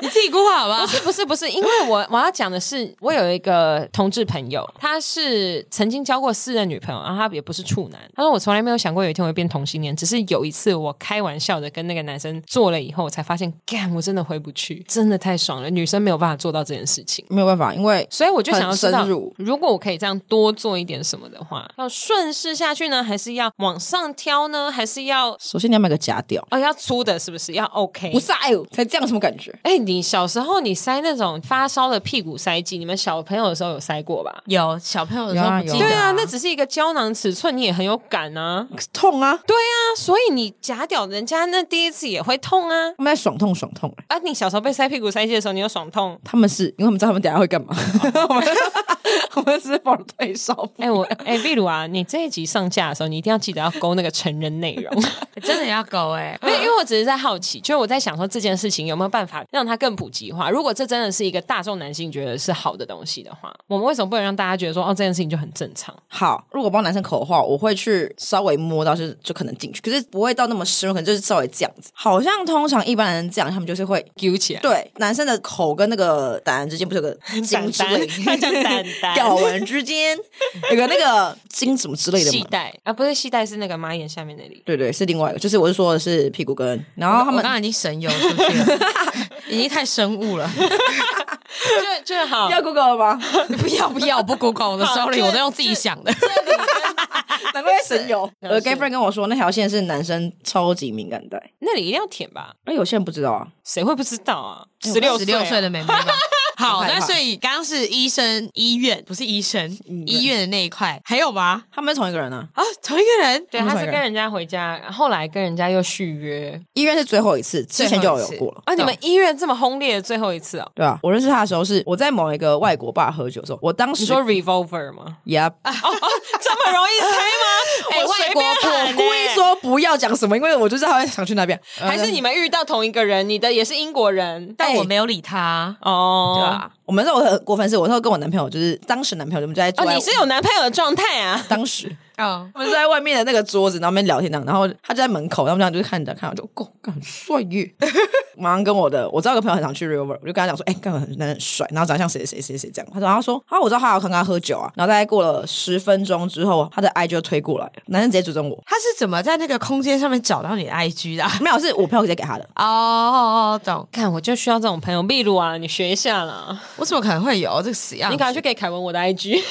S1: 你自己 Google 好不好
S2: 不？是不是不是，因为我我要讲的是，我有一个同志朋友，他是曾经交过四任女朋友，然后他也不是处男。他说我从来没有想过有一天我会变同性恋，只是有一次我开玩笑的跟那个男生做了以后，我才发现，干，我真的回不去，真的太爽了，女生没有办法做到这件事情。
S3: 没有办法，因为
S2: 所以我就想要知道
S3: 很深入，
S2: 如果我可以这样多做一点什么的话，要顺势下去呢，还是要往上挑呢，还是要
S3: 首先你要买个假屌，
S2: 哦要粗的，是不是要 OK？
S3: 不是啊哎呦，才这样什么感觉？
S2: 哎、你你小时候你塞那种发烧的屁股塞剂，你们小朋友的时候有塞过吧？
S1: 有小朋友的时候
S3: 有啊
S1: 不记
S3: 有
S1: 得、
S2: 对啊，那只是一个胶囊尺寸，你也很有感啊。
S3: 痛啊！
S2: 对啊，所以你夹屌人家那第一次也会痛啊。
S3: 他们在爽痛爽痛，
S2: 啊，你小时候被塞屁股塞剂的时候，你有爽痛？
S3: 他们是因为他们知道他们等一下会干 <laughs> 嘛，我们我们是保退烧。
S2: 哎、我哎，秘鲁啊，你这一集上架的时候，你一定要记得要勾那个成人内容。 <laughs>
S1: 真的要狗哎、
S2: 没有，因为我只是在好奇，就是我在想说这件事情有没有办法让它更普及化。如果这真的是一个大众男性觉得是好的东西的话，我们为什么不能让大家觉得说哦这件事情就很正常？
S3: 好，如果帮男生口的话，我会去稍微摸到，就是就可能进去，可是不会到那么深入，可能就是稍微这样子。好像通常一般人这样，他们就是会
S2: 揪起来，
S3: 对男生的口跟那个胆之间不 <laughs> 是有个筋之类
S2: 他讲
S3: <laughs>
S2: 胆胆
S3: 睾丸之间有个那个筋什么之类的
S2: 系
S3: 嘛？
S2: 带啊，不是系带，是那个马眼下面那里。
S3: 对对，是另外一个，就是我是说的是屁股根，然后他
S1: 我
S3: 们
S1: 刚刚已经神游出去 <laughs> 了，已经太生物了。
S2: <laughs> 就就好，
S3: <laughs> 要 Google 了吗？
S1: 不要不要，我不 Google 的
S2: 好
S1: ，sorry，
S2: 就
S1: 我都用自己想的。
S3: <laughs> 难怪神游。我的
S2: 解
S3: gay friend 跟我说，那条线是男生超级敏感带，
S2: 那里一定要舔吧？
S3: 那有些人不知道啊。
S2: 谁会不知道啊？十六
S1: 十六岁的妹妹吗？ <laughs> 好，
S3: 很害
S1: 那
S3: 怕
S1: 所以刚刚是医生医院，不是医生医院的那一块，还有吗？
S3: 他们是同一个人啊，
S1: 啊，同一个人，
S2: 对，
S3: 他们
S2: 他
S3: 是
S2: 是跟人家回家，后来跟人家又续约
S3: 医院是最后一次，之前就有过了。
S2: 啊！你
S1: 懂
S2: 们医院这么轰烈的最后一次哦？
S3: 对啊，我认识他的时候是我在某一个外国爸喝酒的时候，我当时
S2: 你说 revolver 吗？<laughs>
S3: 呀，
S2: 哦哦，这么容易猜 <laughs> 吗？哎，
S1: 我
S2: 随
S1: 外
S2: 便
S1: 国
S2: 喊
S3: 我故意
S2: 欸
S3: 说不要讲什么，因为我就知道他会想去那边。嗯
S2: 还是你们遇到同一个人，你的也是英国人
S1: 但我
S3: 哎
S1: 没有理他。
S2: 哦，
S1: 对啊，
S3: 我们那时候很过分是，我那时候跟我男朋友就是当时男朋友，我们就在坐
S2: 哦，
S3: 在
S2: 你是有男朋友的状态啊？
S3: 当时
S1: 嗯，
S3: 我们在外面的那个桌子，然后我们聊天这样，然后他就在门口，然后我们俩就是看着看着就，够干很帅耶！马上跟我的，我知道有个朋友很常去 River，我就跟他讲说，哎、干很男很帅，然后长得像谁谁谁谁这样。他说，他说，啊，我知道他有看他喝酒啊。然后大概过了十分钟之后，他的 I 就推过来，男生直接追踪我，
S1: 他是怎么在那个空间上面找到你的 IG 的啊？
S3: 没有，是我朋友直接给他的。
S1: 哦哦，哦懂。
S2: 看，我就需要这种朋友，秘鲁啊，你学一下啦，
S1: 我怎么可能会有这个死样
S2: 你
S1: 子？
S2: 赶快去给凯文我的 <laughs> IG。为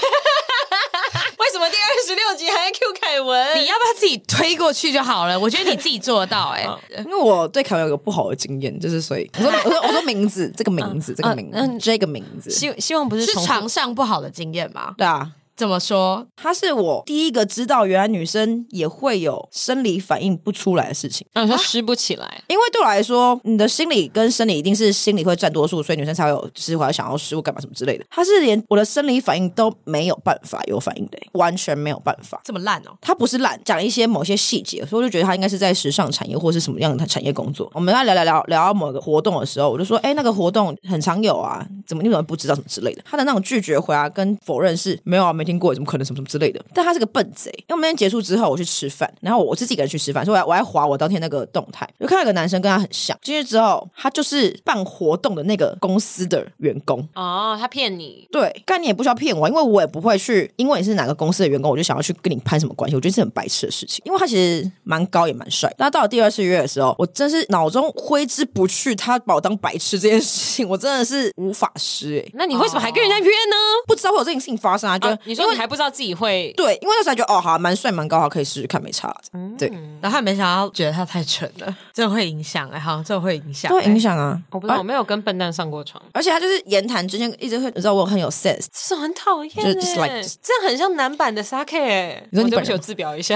S2: 什么第二十六集还要 Q 凯文？
S1: 你要不要自己推过去就好了？我觉得你自己做得到、 <laughs> 欸，哎，
S3: 因为我对凯文有个不好的经验，就是所以我说我说我说名字，这个名字，这个名字，这个名字，
S2: 希希望不是
S1: 是
S2: 重复
S1: 床上不好的经验吗？
S3: 对啊，
S1: 怎么说？
S3: 他是我第一个知道原来女生也会有生理反应不出来的事情。
S2: 啊，你说湿不起来，
S3: 因为对我来说，你的心理跟生理一定是心理会占多数，所以女生才会有就是我要想要食物干嘛什么之类的。她是连我的生理反应都没有办法有反应的、完全没有办法。
S1: 这么烂哦、
S3: 她不是懒，讲一些某些细节，所以我就觉得她应该是在时尚产业或是什么样的产业工作。我们要聊聊聊聊到某个活动的时候，我就说，哎、那个活动很常有啊，怎么你怎么不知道什么之类的？她的那种拒绝回答跟否认是没有啊，没听过，怎么可能什么什么之类的。但她是个笨贼，因为我们那天结束之后，我去吃饭，然后我是自己一个人去吃饭，所以哎我还我还划我当天那个动态，就看到一个男生跟他很像，进去之后，他就是办活动的那个公司的员工。
S2: 哦，他骗你，
S3: 对，但你也不需要骗我，因为我也不会去，因为你是哪个公司的员工，我就想要去跟你攀什么关系，我觉得是很白痴的事情。因为他其实蛮高也蛮帅，那到了第二次约的时候，我真是脑中挥之不去，他把我当白痴这件事情，我真的是无法施 <laughs> 哎、
S2: 那你为什么还跟人家约呢？
S3: 不知道会有这件事情发生啊，就、
S2: 啊你说你还不知道自己会
S3: 对，因为那时候还觉得哦，好啊蛮帅蛮高，好可以试试看，没差。对，
S1: 然后他没想到觉得他太蠢了，这会影响哎、好像这会影响、
S3: 都会
S1: 欸，
S3: 影响啊。
S2: 我不知道，我没有跟笨蛋上过床，
S3: 而且他就是言谈之间一直会，你知道我很有 sense，
S2: 这种很讨厌
S3: 就
S2: 欸，
S3: just like-
S2: 这样很像男版的 Sake 欸。
S3: 你说
S2: 我
S3: 你
S2: 对不
S3: 本人
S2: 起，我自表一下。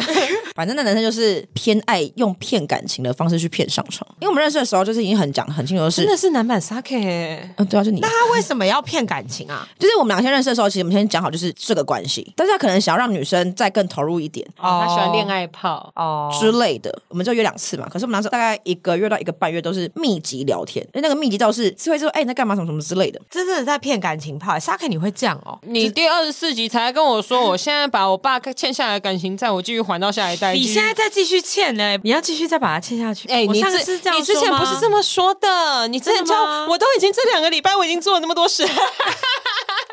S3: 反正那男生就是偏爱用骗感情的方式去骗上床，因为我们认识的时候就是已经很讲得很清楚，就是
S2: <laughs> 真的是男版 Sake 欸
S3: 嗯，对啊，就你，
S1: 他为什么要骗感情 <laughs> 啊？
S3: 就是我们俩先认识的时候，其实我们先讲好就是这个关系，但是他可能想要让女生再更投入一点
S2: 哦，他喜欢恋爱泡，
S1: 哦，
S3: 之类的，我们就约两次嘛。可是我们那时候大概一个月到一个半月都是密集聊天，那个密集到是是会说哎、你在干嘛什么什么之类的，
S1: 真的在骗感情炮、欸。沙克，你会这样哦、
S2: 你第二十四集才跟我说，我现在把我爸欠下来的感情债，我继续还到下一代。
S1: 你
S2: 继续
S1: 现在再继续欠呢、你要继续再把它欠下去。
S2: 哎、
S1: 我
S2: 你
S1: 上
S2: 之
S1: 次这样
S2: 你之前
S1: 说吗
S2: 不是这么说的，你之前
S1: 真的
S2: 叫
S1: 吗
S2: 我都已经这两个礼拜我已经做了那么多事，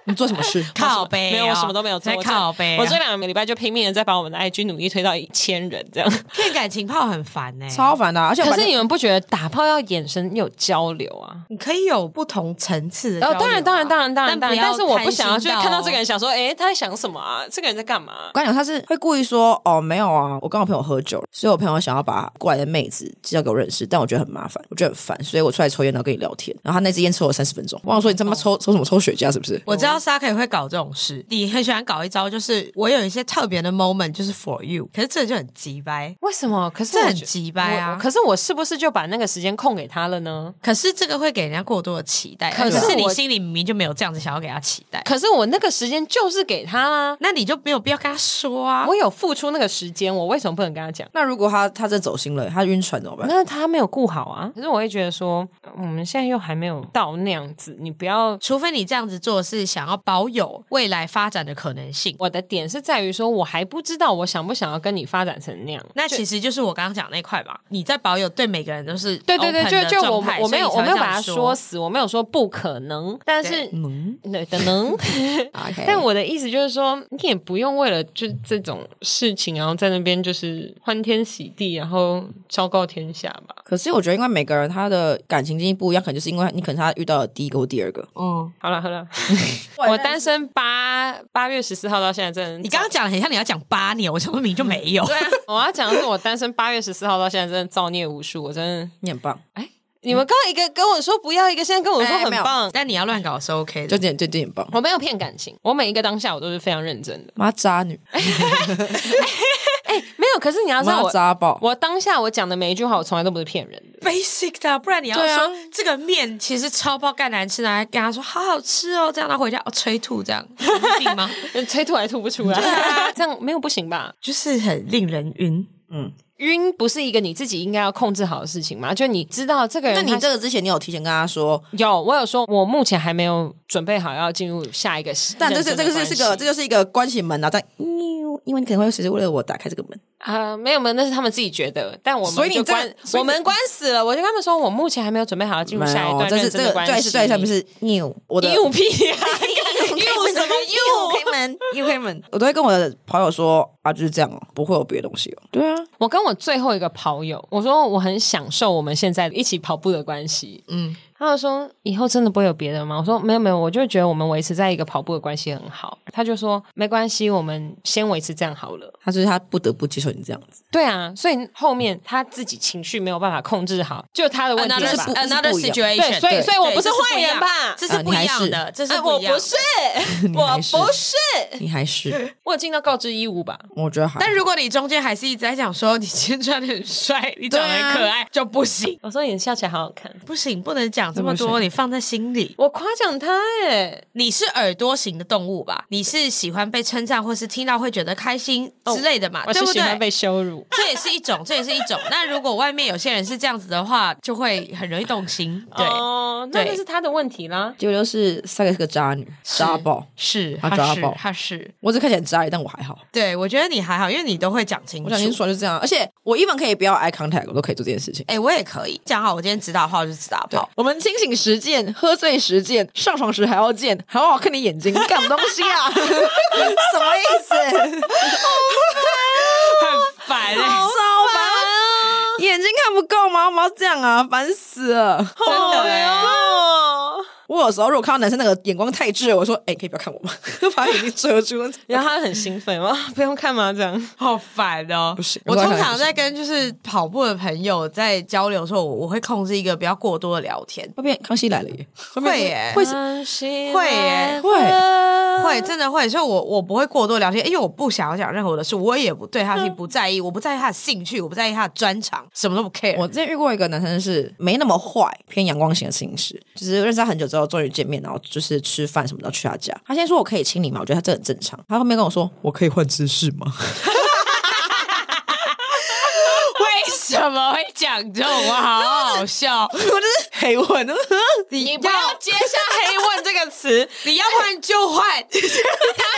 S3: 你做什么 <laughs> 事？
S1: 靠背、
S2: 没有，我什么都没有做。
S1: 在
S2: 我这
S1: 靠背、
S2: 我这两个礼拜就拼命的在把我们的 IG 努力推到一千人这样。
S1: 骗感情炮很烦呢、
S3: 超烦的
S2: <laughs>
S3: 啊、而且我
S2: 可
S3: 反
S2: 是
S3: 正
S2: 你们不觉得打炮要眼神有交流啊？
S1: 你可以有不同层次的、啊
S2: 哦，当然，当然，当然，当然，当
S1: 但不
S2: 然，
S1: 要
S2: 但是我不想要去
S1: 贪心到
S2: 看到这个人，想说，哎，他在想什么啊？这个人在干嘛
S3: 我？跟你讲，他是会故意说哦，没有啊，我跟我朋友喝酒了，所以我朋友想要把过来的妹子介绍给我认识，但我觉得很麻烦，我觉得很烦，所以我出来抽烟，然后跟你聊天。然后他那支烟抽了三十分钟，我想说你他妈抽抽什么抽雪茄是不是？
S1: 我知道 s a k 会搞这种事，你很喜欢搞一招，就是我有一些特别的 moment，就是 for you，可是这就很鸡掰。
S2: 为什么？可是
S1: 这
S2: 我
S1: 很
S2: 觉
S1: 鸡掰啊
S2: 我可是我是不是就把那个时间空给他了呢？
S1: 可是这个会给人家过多的期待，
S2: 可是
S1: 是你
S2: 我
S1: 心里明明就没有这样子想要给他期待，
S2: 可是我那个时间就是给他啦、
S1: 那你就没有必要跟他说啊。
S2: 我有付出那个时间，我为什么不能跟他讲？
S3: 那如果他他真的走心了，他晕船怎么办？
S2: 那他没有顾好啊。可是我会觉得说，嗯我们现在又还没有到那样子，你不要
S1: 除非你这样子做是想要保有未来发展的可能性，
S2: 我的点是在于说，我还不知道我想不想要跟你发展成那样。
S1: 那其实就是我刚刚讲那块吧。你在保有对每个人都是
S2: 对对对，
S1: open
S2: 就
S1: 的
S2: 就我
S1: 状态
S2: 我没有
S1: 所
S2: 我
S1: 以你才会
S2: 没
S1: 这
S2: 有
S1: 样
S2: 把它说死，我没有说不可能，但是
S1: 对
S3: 嗯啊
S2: 对的能。
S3: ，OK，
S2: 但我的意思就是说，你也不用为了就这种事情，然后在那边就是欢天喜地，然后昭告天下吧。
S3: 可是我觉得，因为每个人他的感情经历不一样，可能就是因为你可能他遇到了第一个或第二个。
S1: 嗯，
S2: 好了
S1: <laughs>
S2: 好了，我单身八八月十四号到现在真的，
S1: 你刚刚讲的很像你要讲八年，我想说明就没
S2: <laughs>
S1: 有。
S2: 对啊，我要讲的是我单身八月十四号到现在真的造孽无数，我真的。嗯
S3: 你很棒，
S2: 你们刚刚一个跟我说不要，一个现在跟我说
S3: 哎
S2: 很
S3: 没有
S2: 棒，
S1: 但你要乱搞是 OK
S3: 就
S1: 的，
S3: 点对对你很棒，
S2: 我没有骗感情，我每一个当下我都是非常认真的。
S3: 妈渣女，
S2: 没有，可是你要知道
S3: 妈
S2: 我，
S3: 渣爆，
S2: 我当下我讲的每一句话，我从来都不是骗人的。
S1: basic 的啊、不然你要
S3: 对啊
S1: 说、这个面其实超爆干难吃，拿来跟他说好好吃哦，这样他回家哦催吐这样，
S2: <laughs>
S1: 有病吗？
S2: 催吐还吐不出来，这样没有不行吧？
S1: 就是很令人晕。
S3: 嗯
S2: 晕不是一个你自己应该要控制好的事情吗？就你知道这个人
S3: 那
S2: 他，
S3: 你这个之前，你有提前跟他说，
S2: 有我有说，我目前还没有准备好要进入下一个，
S3: 但这是这个是是个这
S2: 个
S3: 就是一个关起门啊，但因因为你可能会随时为了我打开这个门，
S2: 啊、没有没有，那是他们自己觉得，但我们
S3: 所以你
S2: 就
S3: 这个
S2: 关
S3: 所以
S2: 我
S3: 你
S2: 们关死了，我就跟他们说，我目前还没有准备好要进入下一段
S3: 这是
S2: 认
S3: 这
S2: 真的
S3: 个
S2: 关
S3: 对
S2: 系，
S3: 是对，上面是 new 我 <laughs> 的
S2: 硬屁啊，
S3: 又什么又开门又开门，我都会跟我的朋友说啊，就是这样哦，不会有别的东西哦。对啊，
S2: 我跟我最后一个跑友，我说我很享受我们现在一起跑步的关系。
S1: 嗯，
S2: 他就说以后真的不会有别的吗？我说没有没有，我就觉得我们维持在一个跑步的关系很好。他就说没关系，我们先维持这样好了。
S3: 他就是他不得不接受你这样子，
S2: 对啊，所以后面他自己情绪没有办法控制好，就他的问题
S1: Another
S2: 了
S3: 不
S2: 吧。
S3: 啊这是
S1: another
S3: 不一样
S1: situation，
S2: 对，所以
S3: 对
S2: 所以我不是
S1: 对
S2: 坏人吧？
S1: 这是不一样的，这是
S2: 哎我
S1: 一样
S2: 不
S1: 的
S2: <laughs> 是，
S3: 你
S2: 我
S3: 还是
S2: 不是，
S3: 你还是
S2: <laughs> 我有尽到告知义务吧？
S3: 我觉得还
S1: 但如果你中间还是一直在讲说你今天穿的很帅，你长得很可爱，就不行，
S2: 我说你笑起来好好看，
S1: 不行，不能讲这么
S3: 不
S1: 多，你放在心里。
S2: 我夸奖他哎、
S1: 你是耳朵型的动物吧？你是喜欢被称赞，或是听到会觉得开心之类的嘛？
S2: 我
S1: 对
S2: 是
S1: 不
S2: 喜欢
S1: 对？
S2: 被羞辱。
S1: 这也是一种，这也是一种。那如果外面有些人是这样子的话，就会很容易动心。对，
S2: 哦，那
S1: 对
S2: 那是他的问题啦。
S3: 结果就是三个是个渣女，渣爆。
S1: 是，
S3: 他
S1: 他
S3: 抓
S1: 是
S3: 爆，
S1: 他是。
S3: 我只看起来很渣而已，但我还好。
S1: 对，我觉得你还好，因为你都会讲清
S3: 我
S1: 楚
S3: 讲。清楚啊就是这样，而且我 even 可以不要 eye contact，我都可以做这件事情。
S1: 哎、我也可以讲好，我今天指导炮就指导
S3: 对
S1: 炮。，
S3: 我们清醒实践，喝醉实践，上床时还要见，好好看你眼睛，干什么东西 <laughs> 啊？什么意思？
S1: 很烦、 <laughs> 欸，
S3: 好烦眼睛看不够吗？我们要这样啊，烦死了！
S1: 真的、欸。
S2: 哦。
S3: 我有时候如果看到男生那个眼光太炙了，我说：“哎、可以不要看我吗？” <laughs> 把眼睛遮住。 <laughs>
S2: 然后他很兴奋哇，不用看吗？这样
S1: 好烦哦！
S3: 不行
S1: 我
S3: 我
S1: 通
S3: 突然想
S1: 常在跟就是跑步的朋友在交流的时候，我我会控制一个不要过多的聊天。
S3: 后面康熙来了耶，
S1: 会耶，
S3: 会
S2: 会
S1: 会耶
S3: 会
S1: 会真的会，所以我我不会过多聊天，因为我不想要讲任何的事，我也不对他是不在意，我不在意他的兴趣，我不在意他的专长，什么都不 care。 <laughs>
S3: 我之前遇过一个男生是没那么坏，偏阳光型的摄影师，就是认识他很久之后终于见面，然后就是吃饭什么的去他家。他先说我可以亲你吗？我觉得他这很正常。他后面跟我说我可以换姿势吗？
S1: 为什么会讲这种话？好好笑！
S3: 我就是黑问， <laughs>
S1: 你
S2: 不要接下“黑问”这个词，
S1: 你要换就换，
S2: 他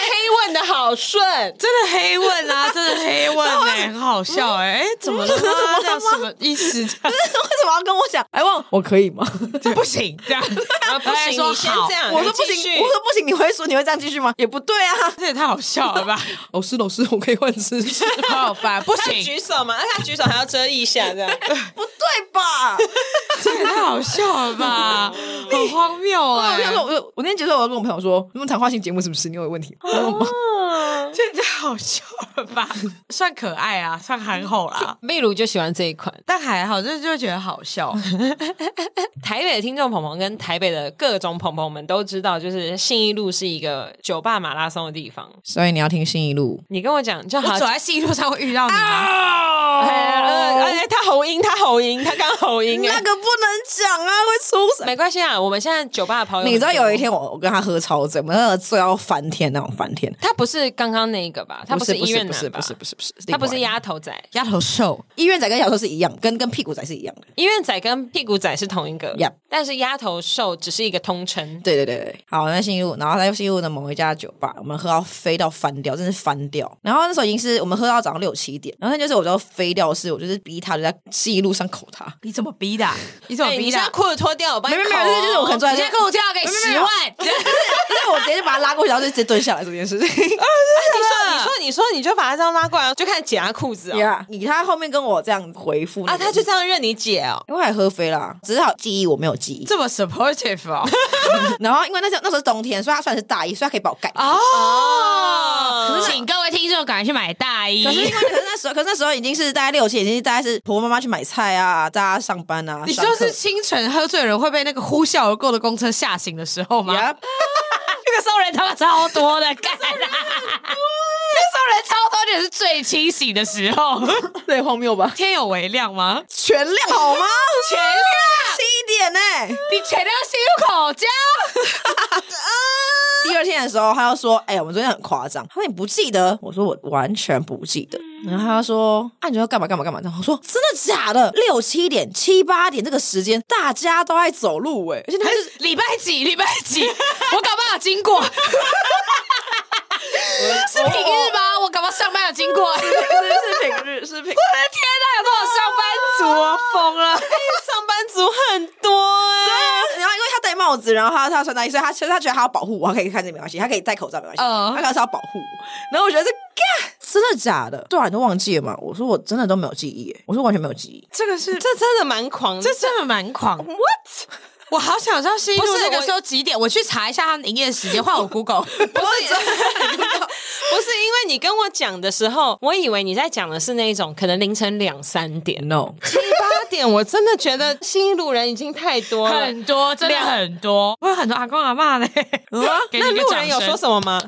S2: 黑问的好顺。
S1: <laughs> 欸嗯真的黑问啊，真的黑问哎、很好笑哎、哎怎么了吗？这样什 <laughs> 么意思？这样
S3: 为什么要跟我讲？ <laughs> 哎，忘我可以吗？
S1: 不行，这样
S2: 啊不
S1: 他还
S2: 行，
S1: 说
S2: 你先
S1: 好
S2: 这样，
S3: 我说
S2: 你
S3: 不
S2: 继
S3: 行，
S2: 续
S3: 我说不行，你会说你会这样继续吗？哦也不对 <laughs> 啊。
S1: 这也太好笑了吧！
S3: 老师，老师，我可以换姿势，
S1: 好烦，不
S2: 他
S1: 行，
S2: 举手嘛，那他举手还要遮一下， <laughs> 这样
S3: 不对吧？
S1: 这也太好笑了 <laughs> 吧！好荒谬
S3: 我
S1: 哎、
S3: 想说，我我那天结束，我要跟我朋友说，你们谈话性节目是不是？你有问题？我说我
S1: 这也太好笑了吧！算可爱啊，算憨厚啦，
S2: 秘鲁就喜欢这一款。
S1: 但还好，就是就觉得好笑。
S2: 台北的听众朋友跟台北的各种朋友们都知道，就是信义路是一个酒吧马拉松的地方。
S3: 所以你要听信义路。
S2: 你跟我讲就好
S1: 我走。在西路上会遇到你吗？
S2: 哎呃哎，他喉音，他喉音，他刚喉音
S3: 那
S2: 哎，
S3: 个不能讲啊，会出事。
S2: 没关系啊。我们现在酒吧的朋友，
S3: <laughs> 你知道有一，天我我跟他喝超醉，我们那个醉到翻天那种翻天。
S2: 他不是刚刚那个吧？他
S3: 不
S2: 是
S3: 不
S2: 医
S3: 是
S2: 院
S3: 不是
S2: 男吧？
S3: 不是不是不是，
S2: 他不是
S3: 医
S2: 丫头仔，
S1: 丫头瘦，
S3: 医院仔跟小说是一样，跟跟屁股仔是一样的。
S2: 医院仔跟屁股仔是同一个
S3: Yep
S2: 但是丫头瘦只是一个通称。
S3: 对对对对，好，那信义路，然后在信义路的某一家酒吧，我们喝到飞到翻掉，真是翻掉。然后那时候已经是我们喝到早上六七点，然后那就是我就飞掉是，我就是逼他就在信义路上口他。
S1: 你怎么逼的啊？你怎
S2: 哎
S1: 么
S2: 你
S1: 逼的
S2: 现
S1: 啊？
S2: 在裤子脱掉，我帮你
S3: 没有
S2: 扣
S3: 没有，就是就是我可能坐在
S1: 你
S3: 这
S1: 现在跟我跳给十万，
S3: 因为我直接就把他拉过去，然后就直接蹲下来做这件事
S2: 你
S3: 情。
S2: 说你说你说，你就把他这样拉过来，就看解他裤子哦。
S3: 呀，你他后面跟我这样回复
S2: 啊，他就这样认你姐哦。
S3: 因为还喝飞啦，只是好记忆我没有记忆。
S1: 这么 supportive 哦？
S3: <laughs> 然后因为那时候那时候是冬天，所以他算是大一，所以他可以把我盖。
S2: 哦，
S1: 请各位听众赶快去买大衣
S3: 可。是因为可是那时候，可是那时候已经是大概六七，已经是大概是婆婆妈妈去买菜啊，大家上班啊。
S1: 你
S3: 上课
S1: 就是清晨喝醉人会被那个呼啸而过的公车吓醒的时候吗？
S3: <laughs> 呀
S1: 那个时候人他妈超多欸的，干啦！那 <laughs> 时候人超多，就是最清醒的时候，
S3: 对，荒谬吧？
S1: 天有微亮吗？
S3: <laughs> 全亮好吗？
S1: 全亮，
S3: 七点呢、
S1: 你全亮吸入口交，
S3: 第二天的时候，他就说：“哎、我们昨天很夸张。”他说：“你不记得？”我说：“我完全不记得。”然后他说：“啊，你觉得干嘛干嘛干嘛？”然后我说：“真的假的？六七点、七八点这个时间，大家都在走路哎、而且那
S1: 还
S3: 边
S1: 是礼拜几？礼拜几？我搞不好经过， <laughs> 是平日吗？我搞不好上班有经过。 <laughs>
S3: 是平日，是平
S1: 天哪，有多少上班族
S2: 哦
S1: 啊？疯
S2: <laughs>
S1: 了！
S2: 上班族很多哎。
S3: 然后因为他戴帽子，然后他他穿大衣，所以他其实他觉得他要保护我，他可以看这没关系，他可以戴口罩没关系，
S1: 嗯
S3: 他可能是要保护我。然后我觉得这干真的假的？对啊，你都忘记了吗？我说我真的都没有记忆耶，我说完全没有记忆。
S1: 这个是
S2: 这真的蛮狂的，
S1: 这真的蛮狂。What？我好想知道西
S2: 不
S1: 路
S2: 是
S1: 那个
S2: 我
S1: 时候几点，我去查一下他们营业时间，换我 Google。
S2: 不是，不是因为你跟我讲的时候，我以为你在讲的是那一种可能凌晨两三点、哦
S3: No，
S2: 七八点，我真的觉得新一路人已经太多了。
S1: 很多，真的很多，哦我有很多阿公阿妈呢。 <laughs> 给你
S2: 那
S1: 一个
S2: 路
S1: 掌
S2: 人有
S1: 声
S2: 说什么吗？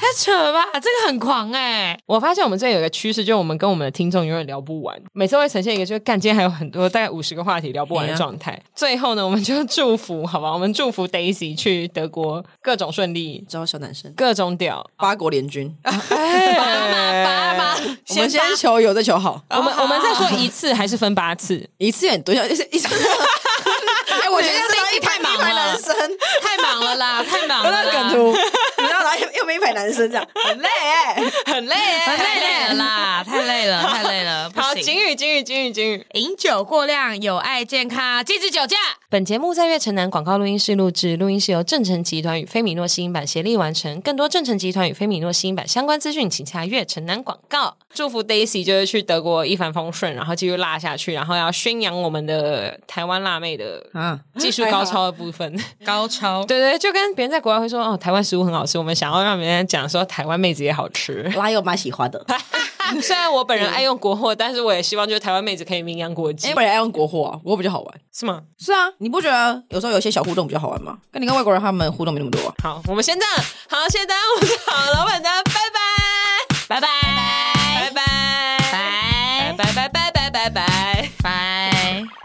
S1: 太扯了吧，这个很狂哎、
S2: 我发现我们这里有一个趋势，就是我们跟我们的听众永远聊不完，每次会呈现一个就是干，今天还有很多大概五十个话题聊不完的状态。最后呢，我们就祝福，好吧，我们祝福 Daisy 去德国各种
S1: <laughs>
S2: 顺利，
S3: 知道小男生哦
S2: 各种屌。
S3: 八国联军，
S1: 拔嘛拔嘛，
S3: 我们先求有再求好，
S2: 我们我们再说一次还是分八 <laughs> 次？
S3: 一次也很多一次一 <laughs> 次。哎，我觉得
S1: 这一集
S3: 是
S1: 太忙了
S3: 一排男生，
S1: 太忙了啦， <laughs> 太忙了
S3: 我
S1: 啦
S3: 那个梗图，你知道，然后又又没一排男生这样，很累哎。
S2: 很累耶，
S1: 太累了啦，太累了，太累了， <laughs> 不
S2: 好，
S1: 行。
S2: 金宇，金宇，金宇，金宇。
S1: 饮酒过量有碍健康，禁止酒驾。
S2: 本节目在月城南广告录音室录制，录音室由正成集团与菲米诺新音版协力完成。更多正成集团与菲米诺新音版相关资讯，请洽月城南广告。祝福 Daisy 就是去德国一帆风顺，然后继续辣下去，然后要宣扬我们的台湾辣妹的
S3: <laughs> 啊，
S2: 技术高超的部分。
S1: 高超，
S2: 对对，就跟别人在国外会说哦，台湾食物很好吃，我们想要让别人讲说台湾妹子也好
S3: <laughs>
S2: 吃。
S3: 拉友蛮喜欢的，
S2: 虽然我本人爱用国货，但是我也希望就是台湾妹子可以名扬国际
S3: 因为，本来爱用国货啊，国货比较好玩。
S2: 是吗？
S3: 是啊，你不觉得有时候有一些小互动比较好玩吗？跟你跟外国人他们互动没那么多啊。
S2: 好，我们先这样。好，谢谢大家，我是 <laughs> 好老板，大家拜
S1: 拜
S2: 拜，
S1: 拜
S2: 拜拜，
S1: 拜
S2: 拜拜拜拜拜拜拜。
S1: 拜。